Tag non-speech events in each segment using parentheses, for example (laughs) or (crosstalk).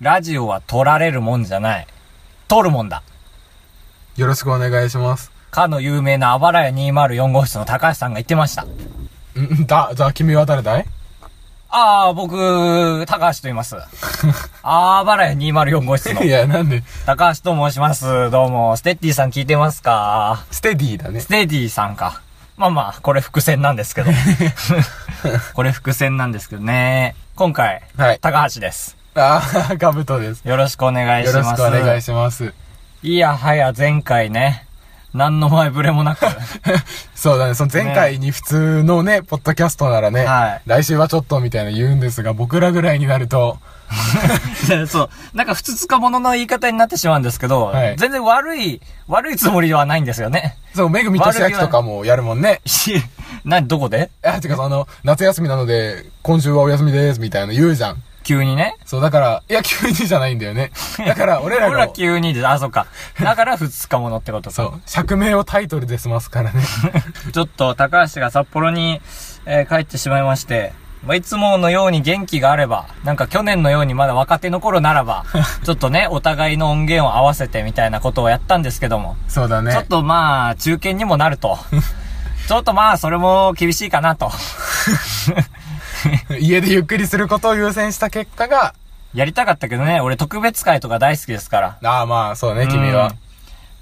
ラジオは撮られるもんじゃない。撮るもんだ。よろしくお願いします。かの有名なあばらや204号室の高橋さんが言ってました。んだ、じゃあ君は誰だいああ、僕、高橋と言い (laughs) ます。あばらや204号室のいや、なんで、高橋と申します。どうも、ステッディさん聞いてますかステディだねス。テディさんか。まあまあ、これ伏線なんですけ (laughs) ど。これ伏線なんですけどね。今回、はい高橋です。あ (laughs) ー、ガブトです。よろしくお願いよしろましす。くお願いします。 (laughs) いやはや前回ね、何の前触れもなく、そうだね、その前回に普通のね、ポッドキャストならね、はい来週はちょっとみたいな言うんですが、僕らぐらいになると、 (laughs) そう、なんか普通つかものの言い方になってしまうんですけど、はい全然悪い、悪いつもりではないんですよね。 (laughs) そう、めぐみとしあきとかもやるもんね。し、な、どこであ、てかその、夏休みなので、今週はお休みです、みたいな言うじゃん。急にね。そう、だから、いや、急にじゃないんだよね。だから、 (laughs) 俺らほらが、急にで、あ、そっか。だから普通つかものってことか。そう、釈明をタイトルで済ますから (laughs) ね。ちょっと高橋が札幌に、えー帰ってしまいまして、まあ、いつものように元気があれば、なんか去年のようにまだ若手の頃なら (laughs) ば、ちょっとね、お互いの音源を合わせてみたいなことをやったんですけども、そうだね。ちょっとまあ、中堅にもなる (laughs) と。ちょっとまあ、それも厳しいかなと。 (laughs) 家でゆっくりすることを優先した結果が、やりたかったけどね、俺特別会とか大好きですから。ああまあ、そうね、君は。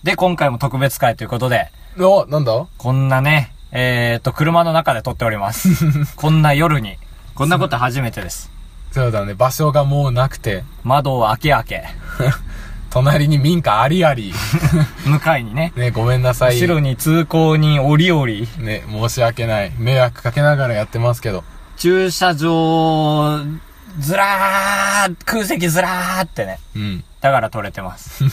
で、今回も特別会ということで、お、なんだこんなね、えー、っと、車の中で撮っております。 (laughs) こんな夜に。こんなこと初めてです。そうだね、場所がもうなくて、窓を開け開け。隣に民家あり (laughs) あり。向かいにね。ね、ごめんなさい。後ろに通行人折々。ね、申し訳ない。迷惑かけながらやってますけど。駐車場、ずらー空席ずらーってね。うん。だから撮れて (laughs) ます。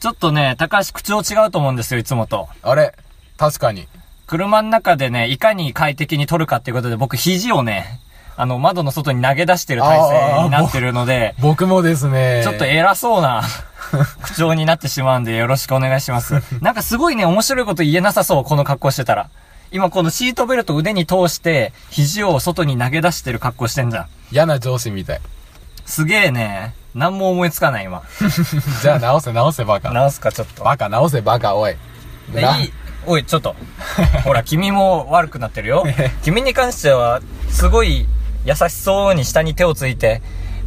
ちょっとね、高橋口調違うと思うんですよ、いつもと。あれ確かに。車の中でね、いかに快適に撮るかっていうことで僕肘をね、あの、窓の外に投げ出してる体勢になってるので、僕もですね。ちょっと偉そうな口調になってしまうんでよろしくお願いし (laughs) ます。なんかすごいね、面白いこと言えなさそう、この格好してたら。今このシートベルト腕に通して、肘を外に投げ出してる格好してんじゃん。嫌な上司みたい。 (laughs) すげえね、何も思いつかない今。じゃあ直せ直せバカ。直すかちょっと。バカ直せバカ、おい。でないい、おい、ちょっ (laughs) と。ほら、君も悪くなってるよ。君に関しては、すごい優しそうに下に手をついて、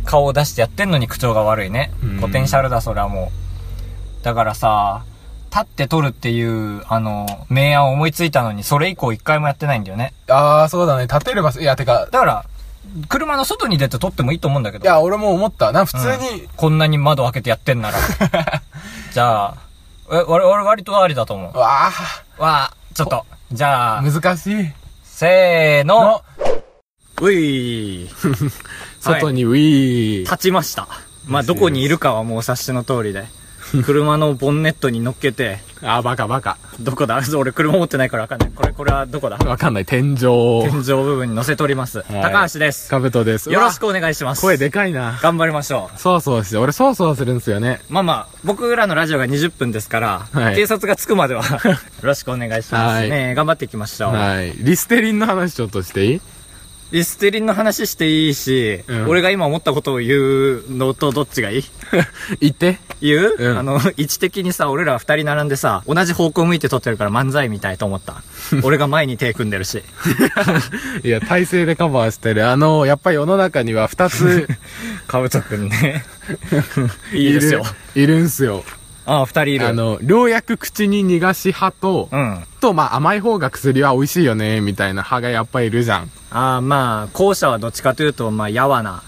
顔を出してやってんのに口調が悪いねうん。ポテンシャルだ、それはもう。だからさ、立って撮るっていう、あの、明暗を思いついたのに、それ以降一回もやってないんだよね。あー、そうだね。立てる場所。いや、てか、だから、車の外に出て撮ってもいいと思うんだけいど。や、俺も思った。な、普通に、こんなに窓開けてやってん (laughs) なら。じゃあ、え、俺、俺割とありだと思う。わわあ、ちょっと。じゃああ、、難しい。せーのの、、うい (laughs) 外にウィー。立ちました。まあ、どこにいるかはもう察しの通りで。車のボンネットに乗っけて、あー、バカバカ。どこだ (laughs) 俺車持ってないからわかんない。これ、これはどこだわかんない。天井天井部分に乗せております。高橋です。カブトです。よろしくうわお願いします。声でかいな。頑張りましょう。そうそうして、俺そうそうするんですよね。まあまあ、僕らのラジオが20分ですから、はい警察が着くまで (laughs) は、よろしくお願いしますね。頑張っていきましょう。はい。リステリンの話ちょっとしていいリステリンの話していいし、うん俺が今思ったことを言うのとどっちがいい言って。言う、うんあの、 (laughs) 位置的にさ、俺ら二人並んでさ、同じ方向向いて撮ってるから漫才みたいと思 (laughs) った。俺が前に手組んでる (laughs) し。いや、体勢でカバーしてる。あの、やっぱり世の中には (laughs) 二つかぶとくん (laughs) ね。いいる。いですよ。いるんすよ。ああ、二人いる。あの、良薬口に逃がし派とう、ん。あと、まあ、甘い方が薬は美味しいよね、みたいな派がやっぱりいるじゃん。あ、まあ、後者はどっちかというと、まあ、やわな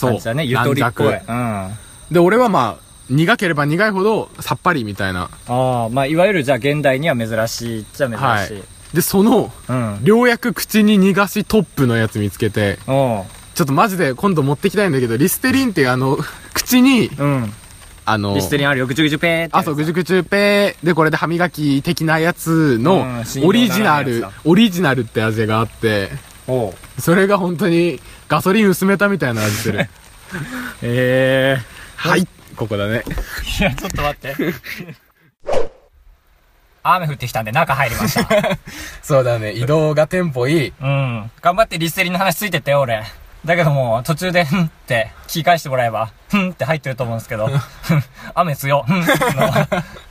感じだね。ゆとりっぽい。うん。軟弱あで、俺はまあ、苦ければ苦いほどさっぱりみたいな。あ、まあ、いわゆるじゃあ現代には珍しいっちゃ珍しい。はい。で、その、うん。良薬口に逃がしトップのやつ見つけて、おうちょっとマジで今度持ってきたいんだけど、リステリンっていうあの、 (laughs) 口に、うん。あの、リステリンあるよ。ぐちゅぐちゅぺーって。あ、そう、ぐじゅぐじゅぺーで、これで歯磨き的なやつのうん、オリジナ信用ならないルやつ、オリジナルって味があって、おうそれが本当にガソリン薄めたみたいな味す (laughs) る。えはい、ここだね。えいや、ちょっと待って。雨降ってきたんで中入りました。そうだね、移動がテンポいい。うん。頑張ってリステリンの話ついてってよ、俺。だけどもう途中で、ふんって聞き返してもらえば、ふんって入ってると思うんですけど、ふん雨強、ふんの、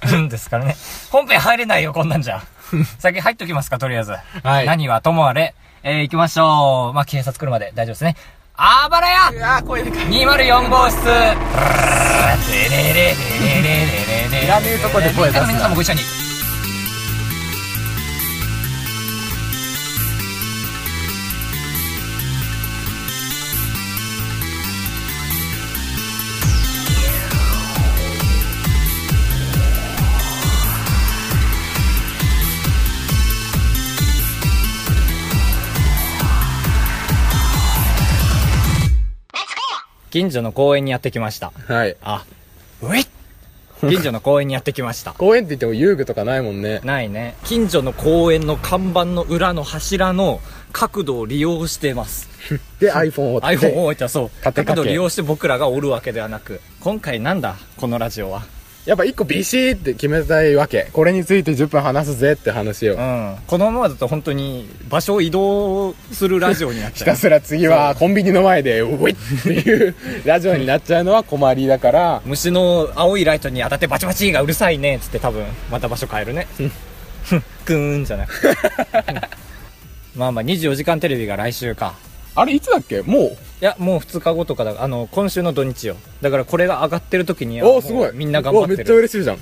ふんですからね。本編入れないよ、こんなんじゃ。先入っときますか、とりあえず。はい何はともあれ。えー行きましょう。まあ、警察来るまで大丈夫ですね。あばらやあー、声でかい。 !204 号室いらねえとこで声出すな皆さんもご一緒に。近所の公園にやってきました。はい。あ、うい近所の公園にやってきました。公園って言っても遊具とかないもんね。ないね。近所の公園の看板の裏の柱の角度を利用してます。で、iPhone を取って iPhone を置いたらそう。立てかけ角度を利用して僕らがおるわけではなく。今回なんだこのラジオは。やっぱ一個ビシーって決めたいわけ。これについて10分話すぜって話をう。ん。このままだと本当に場所を移動するラジオになっひちゃたう。すら次はコンビニの前で、ウイッっていうラジオになっちゃうのは困りだから、虫の青いライトに当たってバチバチがうるさいねっつって多分また場所変えるね。ふんくーんじゃなくて。まあまあ24時間テレビが来週か。あれいつだっけもういや、もう2日後とかだ、あの、今週の土日よ。だからこれが上がってる時には、おもおうすごいみんな頑張っておめっちゃる。嬉しいじゃん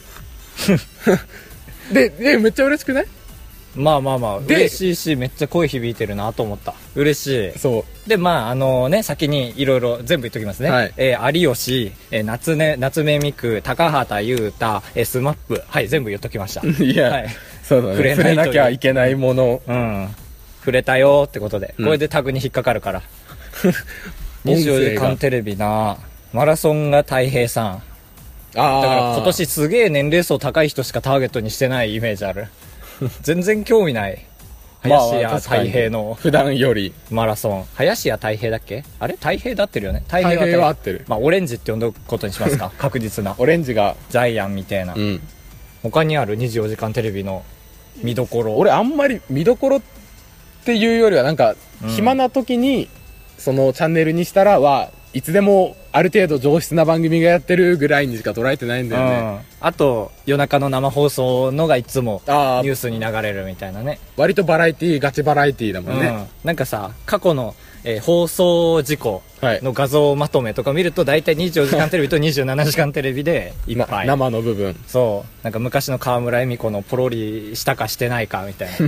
(laughs) ででめっちゃ嬉しくないまあまあまあ、で嬉しいし、めっちゃ声響いてるなと思った。嬉しそい。で、まあ、あのね、先にいろいろ全部言っときますね。はいえー有吉、えー夏ね、夏目みく、高畑優太、えー、スマップ。はい、全部言っときました。う (laughs) いや、はい。そうだね触触れれないというなきゃいけないものうん。触れたよーってことで、うんこれでタグに引っかかる (laughs) から。音声が24時間テレビなマラソンが太平さん。だからあ今年すげえ年齢層高い人しかターゲットにしてないイメージあ (laughs) る全然興味ない林家太平の普段よりマラソン林家太平だっけあれ太平だってるよね太太平は合ってるまあオレンジって呼んどくことにします (laughs) か確実なオレンジがジャイアンみたいな、うん他にある24時間テレビの見どころ俺あんまり見どころっていうよりはなんかうん暇な時にそのチャンネルにしたらはいつでもある程度上質な番組がやってるぐらいにしか捉えてないんだよね、うん、あと夜中の生放送のがいつもああニュースに流れるみたいなね割とバラエティーガチバラエティーだもんね、うん、なんかさ過去の、えー放送事故はいの画像まとめとか見ると大体24時間テレビと27時間テレビでいっなぱい生の部分そうなんか昔の河村恵美子のポロリしたかしてないかみたい (laughs) な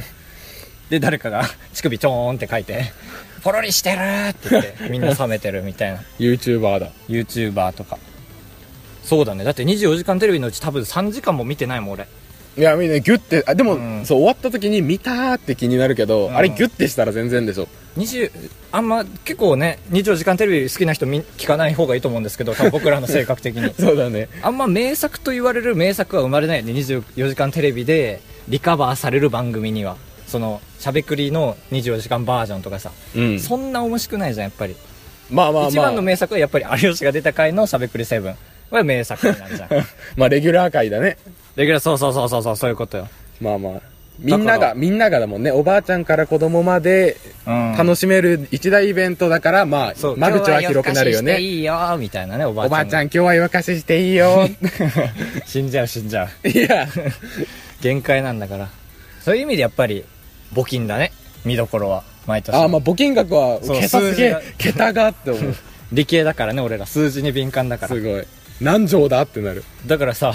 で誰かが乳首ちょーんって書いて「ポロリしてる!」って言ってみんな冷めてるみたいな YouTuber だ YouTuber とかそうだねだって24時間テレビのうち多分3時間も見てないもん俺いやみんなギュッてあでも、うんそう終わった時に見たーって気になるけど、んあれギュッてしたら全然でしょ20あんま結構ね24時間テレビ好きな人み聞かない方がいいと思うんですけど多分僕らの性格的に (laughs) そうだねあんま名作と言われる名作は生まれないね24時間テレビでリカバーされる番組にはそのしゃべくりの24時間バージョンとかさ、うんそんな面白くないじゃんやっぱり、まあまあ一ま番のあ名作はやっぱり有吉が出た回のしゃべくり7は名作になるじゃん (laughs) だ (laughs) まあレギュラー界だねけどそうそうそうそうそうそういうことよ、まあまあみんだなからがみんながだもんねおばあちゃんから子供までうん楽しめる一大イベントだから、まあそう間口は広くなる今日は夜更かししよてねいいよーみたいなねおばあおちゃばんあちゃんん今日は夜更かししていいよ (laughs) 死んじゃう死んじゃういや限界なんだからそういう意味でやっぱり募金だね見どころは毎年あまあ募金額はそう桁すげ数字えが桁がって思う理系だからね俺ら数字に敏感だから (laughs) すごい何畳だってなるだからさ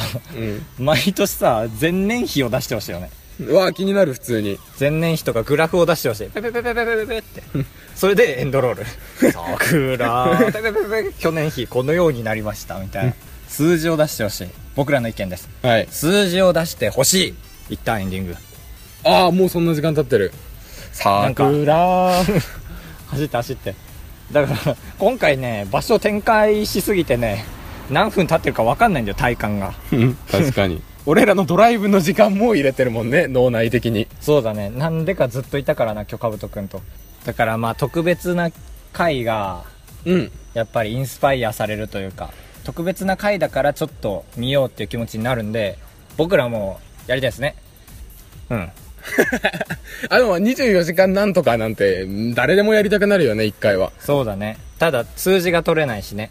う毎年さ前年比を出してほしいよねんうわ気になる普通に前年比とかグラフを出してほしいペペペペペペペペ (laughs) ってそれでエンドロール桜ペペペペペ去年比このようになりましたみたいな数字を出してほしい僕らの意見ですはい数字を出してほしい一旦エンディングああもうそんな時間経ってるなんか桜走って走ってだから今回ね場所展開しすぎてね何分経ってるか分かんないんだよ体感が確かに俺らのドライブの時間も入れてるもんね脳内的にそうだねなんでかずっといたからな今日かぶとくんとだからまあ特別な回がうんやっぱりインスパイアされるというか特別な回だからちょっと見ようっていう気持ちになるんで僕らもやりたいですねうんあ、でも24時間なんとかなんて、誰でもやりたくなるよね、一回は。そうだね。ただ、数字が取れないしね。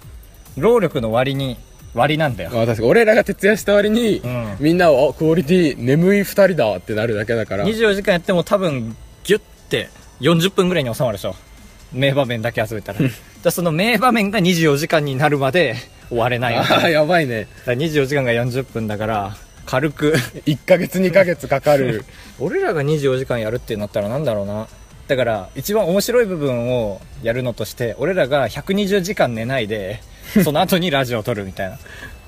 労力の割に、割なんだよ。まあ確かに俺らが徹夜した割に、うんみんなは、あクオリティ眠い二人だってなるだけだから。 24時間やっても多分、ギュッて、40分ぐらいに収まるでしょ。名場面だけ集めたら。だからその名場面が24時間になるまで終われ (laughs) ないよ。だかああ、やばいね。ら24時間が40分だから、軽く。 1ヶ月2ヶ月かかる。俺らが24時間やるってなったらなんだろうなだから一番面白い部分をやるのとして俺らが120時間寝ないでその後にラジオを撮るみたいあ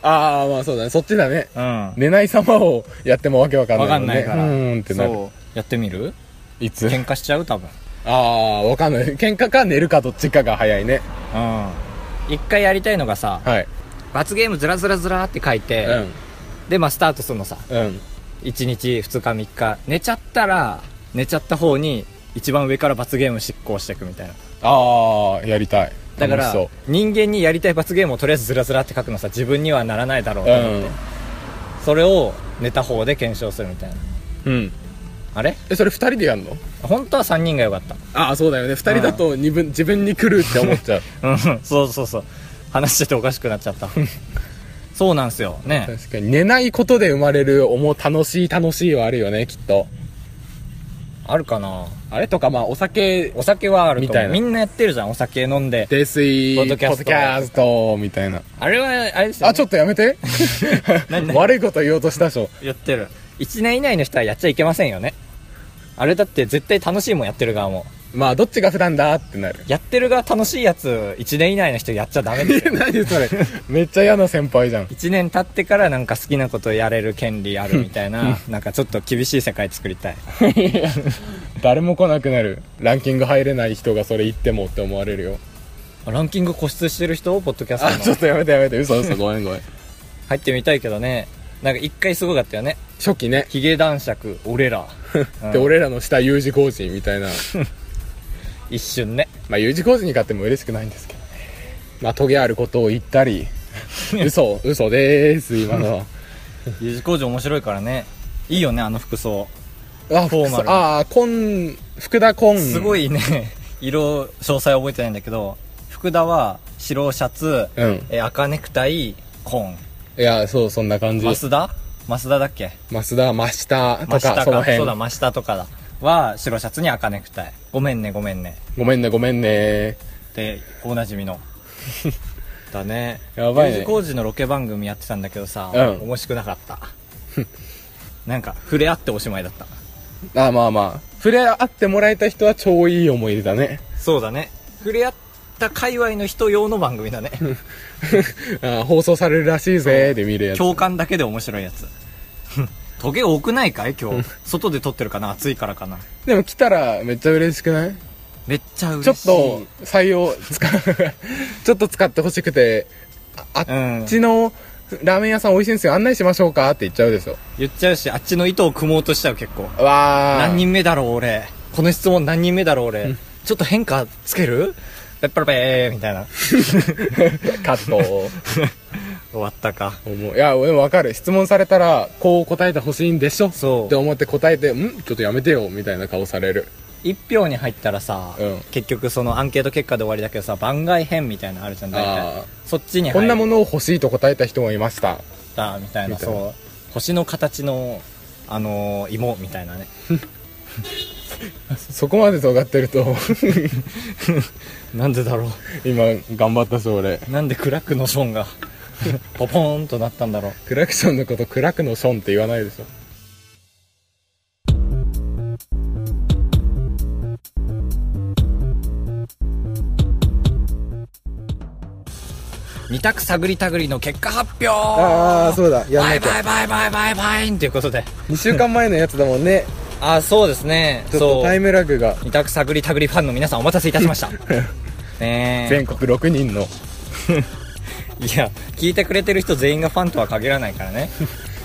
あ、まあそうだね。そっちだね。なうん寝ない様をやってもわけわかんない、分かんね。ないからうーんってなる。そうやってみるいつ喧嘩しちゃう多分ああ、わかんない。喧嘩か寝るかどっちかが早いね。うん一回やりたいのがさはい。罰ゲームずらずらずらって書いて、でまあスタートするのさうん。うん。 1日2日3日寝ちゃったら寝ちゃった方に一番上から罰ゲーム執行していくみたいなああ、やりたい。だか楽らしそ人間にやりたい罰ゲームをとりあえずずらずらって書くのさ自分にはならないだろうう。と思って、う。それを寝た方で検証するみたいなんうん。あれえ、それ二人でやんの本当は3人がよかっああ、そうだよね。二人だと二分、自分に来るって思っちゃう。たうん (laughs) そうそうそう話してておかしくなっちゃった (laughs) そうなんすよね (laughs) 確かに。寝ないことで生まれる、思う、楽しい楽しいはあるよね、きっと。あるかなあれとか、まあ、お酒、お酒はあるとみた思いうなみんなやってるじゃんお酒飲んで泥酔、ポッドキャストポャストみたいな。あれはあれですよ、ね、あ、ちょっとやめて何何 (laughs) 悪いこと言おうとしたでしょ。やってる1年以内の人はやっちゃいけませんよねあれだって絶対楽しいもんやってる側もまあ、どっちが普段だってな (laughs) る。やってる側楽しいやつ1年以内の人やっちゃダメですよ何それ。めっちゃ嫌な先輩じゃん。 1年経ってからなんか好きなことやれる権利あるみたいななんかちょっと厳しい世界作りたい誰も来なくなる。ランキング入れない人がそれ言ってもって思われるよ。ランキング固執してる人ポッドキャあ、スちトょっのとやめてやめて。嘘嘘、ごめんごめん。入ってみたいけどねなんか一回すごかったよね初期ね。ヒゲ男爵俺 (laughs) ら、うんで、俺らの下 U 字工事みたいな。一瞬ねまあ、U 字工事に勝っても嬉しくないんですけどね。まあ、トゲあることを言った (laughs) り、嘘、嘘でーす、今のは。 U 字工事面白いからねいいよねあの服装あ、フォーマルそうあー、コン、福田コン。すご。いね (laughs) 色詳細は覚えてないんだけど福田は白シャツ、うん。え赤ネクタイコーンいや、そう、そんな感じ。増田増田だっけ増田、真下と真か、下かそのそう辺だ。真下とかだは白シャツに赤ネクタイごめんねごめんねごめんね、ごめんね。でおなじみ (laughs) のだねやばいね U 字工事のロケ番組やってたんだけどさ、うん面白くなかった (laughs) なんか触れ合っておしまいだったあまあまあ。触れ合ってもらえた人は超いい思い出だね。そうだね触れ合った界隈の人用の番組だねあ放送されるらしいぜ、で見るやつ。共感だけで面白いやつ (laughs) トゲ多くないかい今日外で撮ってるかな暑いからかなでも来たらめっちゃ嬉しくないめっちゃ嬉ちょしっいと採用、使う、 (laughs) ちょっと使ってほしくて、あうあんっちのラーメン屋さん美味しいんですよ、案内しましょうかって言っちゃうでしょ。言っちゃうしあっちの糸を組もうとしちゃう結構わー。何人目だろう俺この質問何人目だろう俺ちょっと変化つけるペッパラペーみたいなカットを。終わったか思ういや、俺もわかる。質問されたら、こう答えてほしいんでしょそうって思って答えて、んちょっとやめてよ、みたいな顔される。 1票に入ったらさ、うん結局そのアンケート結果で終わりだけどさ番外編みたいなのあるじゃん大あ体ーそっちに入こんなもっのを欲しいと答えた人もいました。たみたいなみたいなそう星の形のあのー芋みたいなねそこまで尖ってると、 (laughs) なんでだろ今、頑張ったし、俺。うなんでクラックのションがポポーンとなったんだろうクラクションのことクラクのションって言わないでしょ。二択探り探りの結果発表あー、そうだ。やんバなイきゃ。バイバイバイバイバインということで2週間前のやつだもんね。あーそうですねちょっとそうタイムラグが。二択探り探りファンの皆さんお待たせいたしました (laughs) ねえ全国6人のいや聞いてくれてる人全員がファンとは限らないからね、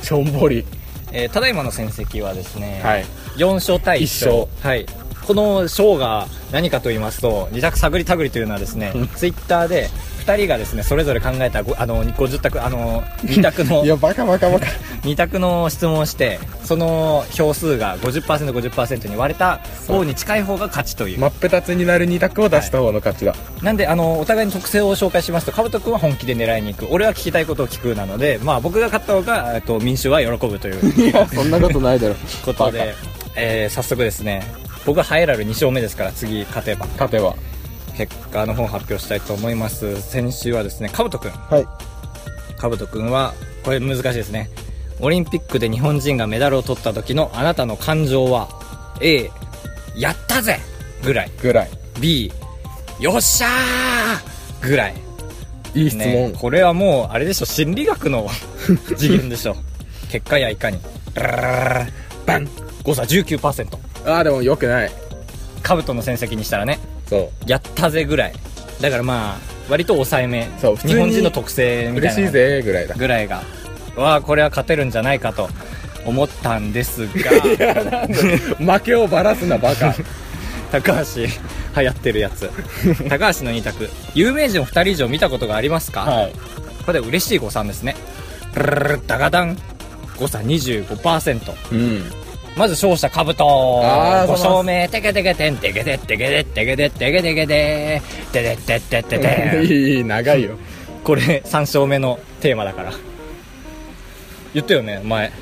しょんぼり。えーただいまの戦績はですね、はい。 4勝対1勝はい、この勝が何かと言いますと二択探り探りというのはですねツイッターで2人がですねそれぞれ考えたごあの50択あの2択の (laughs) いや、バカバカバカ。 2択の質問をしてその票数が 50%50% に割れた方に近い方が勝ちという真っ二つになる二択を出した方の勝ちだ。なんであのお互いの特性を紹介しますとカブト君は本気で狙いに行く俺は聞きたいことを聞くなので、まあ、僕が勝った方が、えっと、民衆は喜ぶといういや、そんなことないだろ。ことで、えー早速ですね僕はハエラル2勝目ですから次勝てば勝てば。結果の方を発表したいと思います先週はですねカブト君はい。カブト君はこれ難しいですねオリンピックで日本人がメダルを取った時のあなたの感情は A やったぜぐらいぐらい。 B よっしゃーぐらいいい質問。ね、これはもうあれでしょ心理学 (laughs) の次元でしょ結果やいかにダラララララバン誤差19%ああ、でも良くない。カブトの戦績にしたらねそやったぜぐらいだからまあ割と抑えめそう普通に日本人の特性う。みたいな嬉しいぜ、ぐらいだ。ぐらいがわあこれは勝てるんじゃないかと思ったんですが負けをばらすな、バカ。高橋流行ってるやつ高橋の2択有名人を2人以上見たことがありますか、 (laughs) はい。これ嬉しい誤算ですねルルルルダガダン誤差25%うん。まず勝者カブト5あーそう勝目テケテケテンテケテテケテテケテテケテケテテテテテテテ (laughs) いい、長いよ。これ3勝目のテーマだから言ったよね前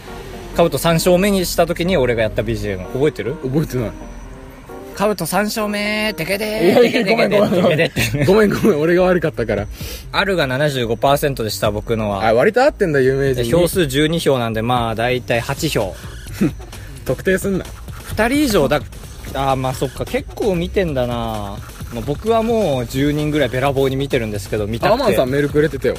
カブト3勝目にした時に俺がやった BGM 覚えてる覚えてない。カブト3勝目テケいやテいテケや、テごケめんごテめんごめテんテテ。ごめんごめん、俺が悪かったから。あるが75%でした僕のはあ、割と合ってんだ、有名で人に。票数12票なんでまあ大体8票特定すんな。 2人以上だあーまあそっか結構見てんだな、まあ、僕はもう10人ぐらいべらぼうに見てるんですけど見たアくマンてさんメールくれてたよ。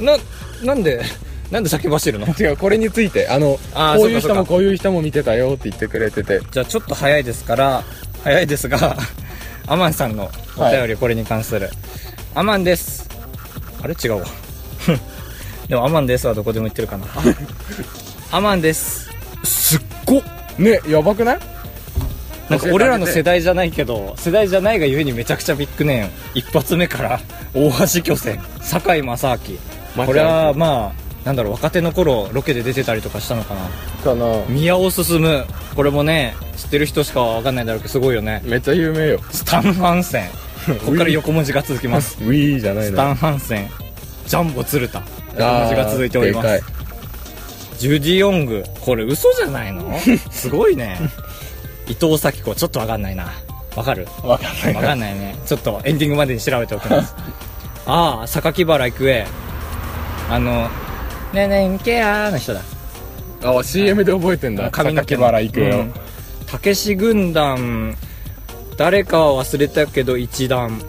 ななんでなんで先走るの違う、これについて、あの、あーこういうそうかそう人かもこういう人も見てたよって言ってくれてて。じゃあちょっと早いですから早いですが (laughs) アマンさんのお便りこれに関する、アマンですあれ違うわ (laughs) でもアマンですはどこでも言ってるか (laughs) なアマンですすっごっね、やばくないなんか俺らの世代じゃないけど世代じゃないがゆえにめちゃくちゃビッグネーム一発目から大橋巨泉酒井正明これはまあなんだろう若手の頃ロケで出てたりとかしたのかなかな宮尾進これもね知ってる人しかわかんないだろうけどすごいよねめっちゃ有名よ。スタン・ハン (laughs) センここから横文字が続きますウィーじゃないスの。タン・ハンセンジャンボ鶴田横あ文字ーが続いておりまですかジュディ・ヨングこれ嘘じゃない (laughs) のすごいね伊藤咲子ちょっとわかんないなわかるいわかんないわかんないね。ちょっとエンディングまでに調べておき (laughs) ます。ああ、榊原郁恵。あの、ねえねえ、んけやーの人だ。あー、CM で覚えてんだ。髪の毛榊の原行くうよん。たけし軍団、誰かは忘れたけど一段。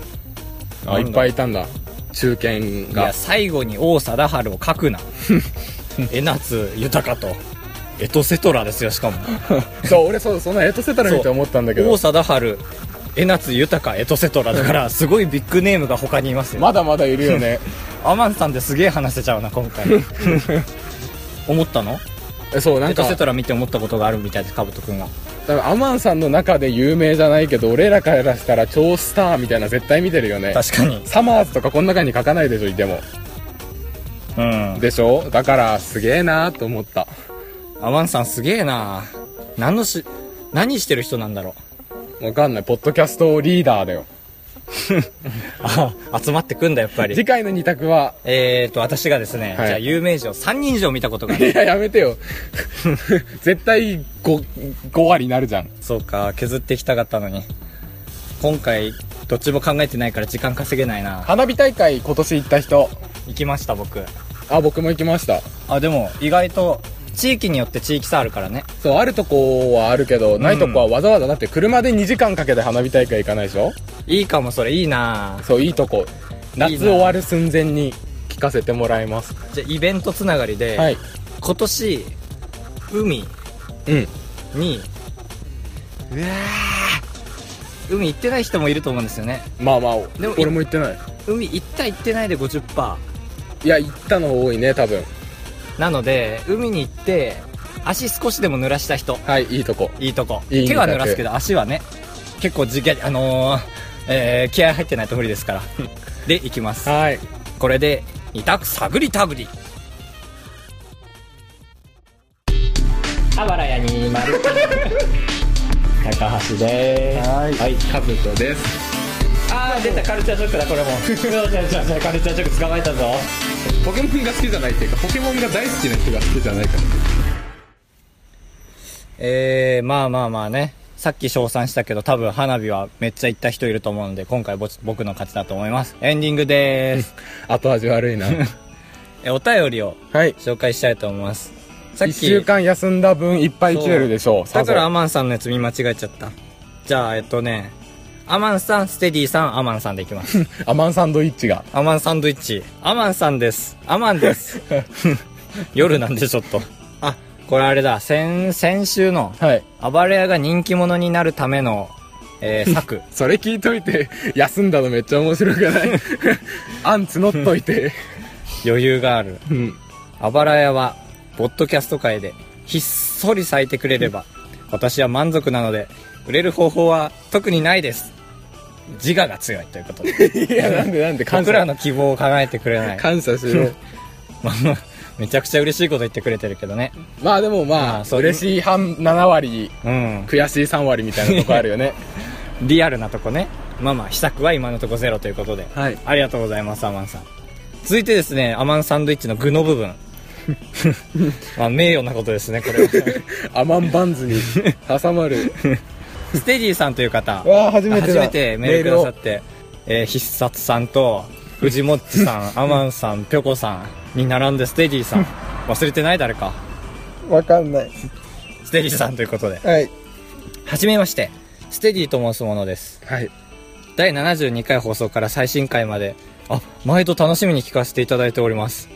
あ、いっぱいいたんだ。中堅いがや、。最後に王貞治を書く (laughs) な。えなつ豊と、エトセトラですよ、しかも。そう、俺そう、そんなエトセタラ見て思ったんだけ王ど。貞治、えなつ豊、エトセトラだから、すごいビッグネームが他にいますよ。まだまだいるよね。アマンさんですげえ話せちゃうな今 (laughs) 回思ったのえそう、なエんトかセ、トラ見て思ったことがあるみたいですカブト君が多分アマンさんの中で有名じゃないけど、俺らからしたら超スターみたいな絶対見てるよね。確かにサマーズとかこんな感じに書かないでしょ、いても。うんでしょだから、すげえなーと思った。アマンさんすげえな何のし何してる人なんだろわかんない。ポッドキャストリーダーだよ。うあ集まってくんだやっぱり次回の二択は、えーと私がですね、はいじゃあ有名人を3人以上見たことがあ (laughs) いるや、やめてよ。絶対5、5割になるじゃん。そうか削っていきたかったのに今回どっちも考えてないから時間稼げないな花火大会今年行った人。行きました僕あ、僕も行きました。あでも意外と地域によって地域差あるからねそう、あるとこはあるけど、ないとこはわざわざ、だって車で2時間かけて花火大会行かないでしょいいかもそれいいなそう、いいとこ。夏終わる寸前に聞かせてもらいます。じゃあイベントつながりで、はい。今年海うん。にうわー海行ってない人もいると思うんですよねまあまあ、でも俺も行ってない。海行った行ってないで50%いや、行ったの多いね、多分。なので海に行って足少しでも濡らした人はい、いいとこ。いいとこいい手は濡らすけど足はね結構じあのーえー気合入ってないと無理ですから (laughs) でいきます。はい。これで、二択探り探り。あばらやにまる。 (laughs) 高橋ではい。はい。カブトです。あー、出た、カルチャーショックだ、これも。よしよしよしカルチャーショック捕まえたぞ。ポケモンが好きじゃないっていうか、ポケモンが大好きな人が好きじゃないから。えー、まあまあまあね。さっき称賛したけど、多分花火はめっちゃ行った人いると思うんで、今回ぼち僕の勝ちだと思います。エンディングでーす。後味悪いな。え、お便りを (laughs) はい。紹介したいと思います。さっ一週き、間休んだ分いっぱい来てるでしょう。だからアさマンさんのやつ見間違えちゃった。じゃあ、えっとね、アマンさん、ステディさん、アマンさんでいき (laughs) ます。ぞアマンサンドイッチが。アマンサンドイッチ。アマンさんです。アマン (laughs) です。夜なんでちょっと。あ、これあれだ。先、先週の、はい。暴れ屋が人気者になるための、えー (laughs) 策。それ聞いといて、 (laughs) 休んだのめっちゃ面白くない (laughs) あん募っといて。余裕がある。うん。あばら屋は、ポッドキャスト界で、ひっそり咲いてくれれば、私は満足なので、売れる方法は特にないです。自我が強いということで。いや、なんでなんで、 (laughs) 感僕ら謝。の希望を叶えてくれない。感謝しろ。まあまあめちゃくちゃ嬉しいこと言ってくれてるけどね。 (laughs) まあでもまあああ、そう嬉しい半7割、うん。悔しい3割みたいなとこあるよね。リアルなとこね。まあまあ、秘策は今のとこゼロということで。 (laughs) はい。ありがとうございます、アマンさん。続いてですね、アマンサンドイッチの具の部 (laughs) 分。 (laughs) まあ、名誉なことですね、これは。アマンバンズに挟まる。ステディさんという方。 (laughs) わあ、初めて初だ。めてメールくださって、えー必殺さんと藤もっちさ (laughs) んアマンさんぴょこさんに並んでステディさん忘れてない誰かメールをわかんない。ステディさんということではい。はじめましてステディと申す者ですはい。第72回放送から最新回まであ毎度楽しみに聞かせていただいております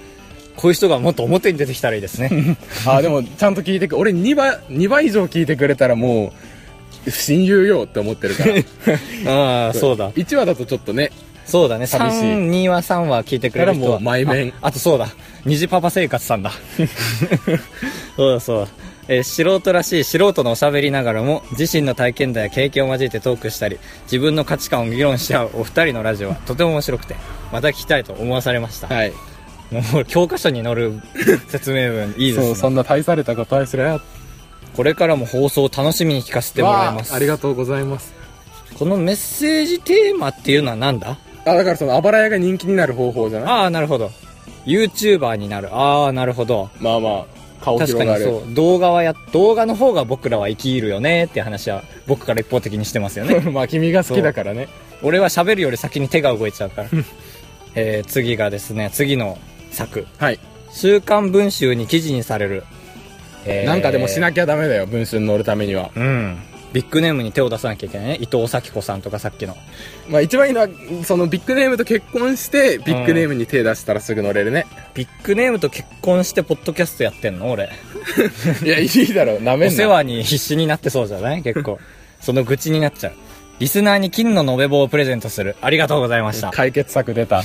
こういう人がもっと表に出てきたらいいですね (laughs) あ、でも、ちゃんと聞いてく、俺2倍、2倍以上聞いてくれたらもう、親友よって思ってるから。ああそうだ1話だとちょっとね、そうだね寂しい32話3話聞いてくれる人だはからもう前面ああとそうだ虹パパ生活さ (laughs) んだそうだそうだ、えー素人らしい素人のおしゃべりながらも自身の体験談や経験を交えてトークしたり自分の価値観を議論し合うお二人のラジオはとても面白くてまた聞きたいと思わされました、はい。もう教科書に載る説明文いいですそねう、そんな大されたことはすらやっこれからも放送を楽しみに聞かせてもらいますわあありがとうございます。このメッセージテーマっていうのは何だあ、だからその、あばら屋が人気になる方法じゃないああなるほど YouTuber になるああなるほどまあまあ、顔広確かがにる。そう動画はや動画の方が僕らは生きるよねっていう話は僕から一方的にしてますよ (laughs) ねまあ、君が好きだからね。俺は喋るより先に手が動いちゃう (laughs) から、えー次がですね次の作はい。 「週刊文集」に記事にされる、えーなんかでもしなきゃダメだよ、文春に乗るためには。うんビッグネームに手を出さなきゃいけないね伊藤咲子さんとかさっきのまあ一番いいのは、そのビッグネームと結婚して、ビッグネームに手出したらすぐ乗れるね。ビッグネームと結婚してポッドキャストやってんの俺いや、いいだろ、なめんな。お世話に必死になってそうじゃない結 (laughs) 構その愚痴になっちゃうリスナーに金の延べ棒をプレゼントするありがとうございました解決策出た。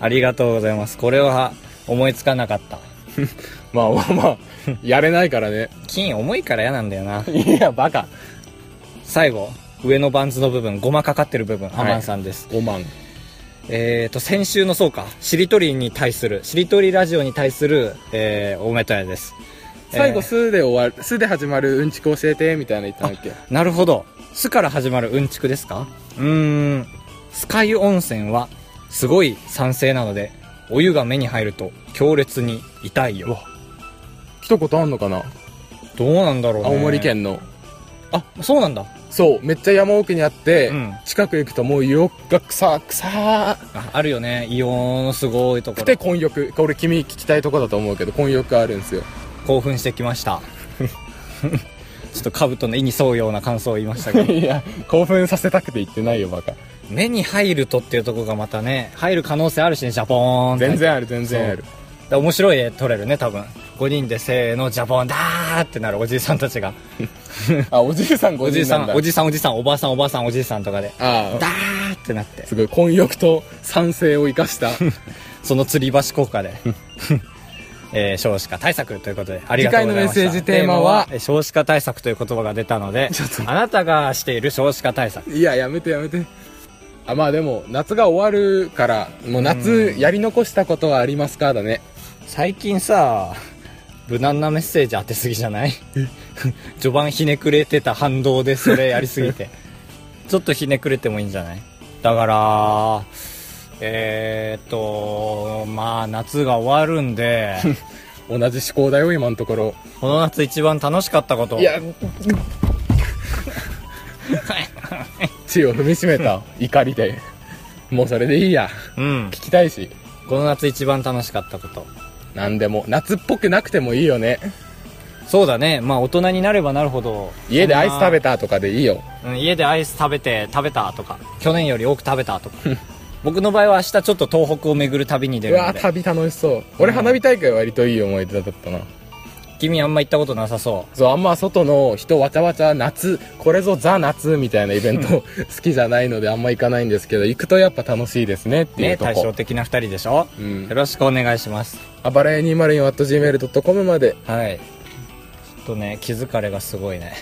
ありがとうございます。これは思いつかなかった。 (laughs) まあまあまあ、やれないからね。金重いから嫌なんだよな。いや、バカ。最後、上のバンズの部分、ごまかかってる部分、いアマンさんです。 5万。えーと、先週のそうか、しりとりに対する、しりとりラジオに対する、えー、おめとやです。最え後、ー数で終わる、数で始まるうんちく教えて、みたいな言ったんだっけ。なるほど。すから始まるうんちくですかうーん。スカイ温泉は、すごい酸性なので、お湯が目に入ると強烈に痛いうよわ。来たことあんのかなどうなんだろうね。青森。県の。あ、そうなんだ。そう、めっちゃ山奥にあって、うん近く行くともう湯が臭、臭ああるよね。硫黄のすごいとこくろ。て混浴。これ君聞きたいとこだと思うけど、混浴あるんですよ。興奮してきました (laughs) ちょっと兜の意に沿うような感想を言いましたけ (laughs) ど (laughs) いや、興奮させたくて言ってないよ、バカ。目に入るとっていうところがまたね入る可能性あるしねジャポーンって全然ある、全然ある。で面白い絵撮れるね多分5人でせーのジャポーンだーってなるおじいさんたちがあ、おじいさんお5じい人さなんんだ。おじいさんおじさんおばあさんおばあさんおじいさんとかであだあ、ーってなってすごい、混浴と酸性を生か (laughs) した。その吊り橋効 (laughs) 果でえー少子化対策ということであり次がと回うごのざいメッましたセージテーマはえー少子化対策という言葉が出たのであなたがしている少子化対策いや、やめてやめて。あまあでも夏が終わるからもう夏やり残したことはありますかだね最近さ無難なメッセージ当てすぎじゃ (laughs) ない序盤ひねくれてた反動でそれやりす (laughs) ぎてちょっとひねくれてもいいんじゃないだからえー、っとまあ夏が終わるん (laughs) で同じ思考だよ今のところこの夏一番楽しかったこといや (laughs) 血を踏みしめた怒りでもうそれでいいやうん聞きたいしこの夏一番楽しかったこと何でも夏っぽくなくてもいいよねそうだねまあ大人になればなるほど家でアイス食べた、たとかでいいようん家でアイス食べて食べたとか去年より多く食べたとか僕の場合は明日ちょっと東北を巡る旅に出うるわのでー旅楽しそう俺うん花火大会割といい思い出だったな君あんま行ったことなさそそうあんま外の人わちゃわちゃ夏これぞザ夏みたいなイベント好きじゃないのであんま行かないんですけど行くとやっぱ楽しいですねっうていねうと対照こ、的な2人でしょ、うんよろしくお願いしますあばらや 204.gmail.com まではいちょっとね気づかれがすごいね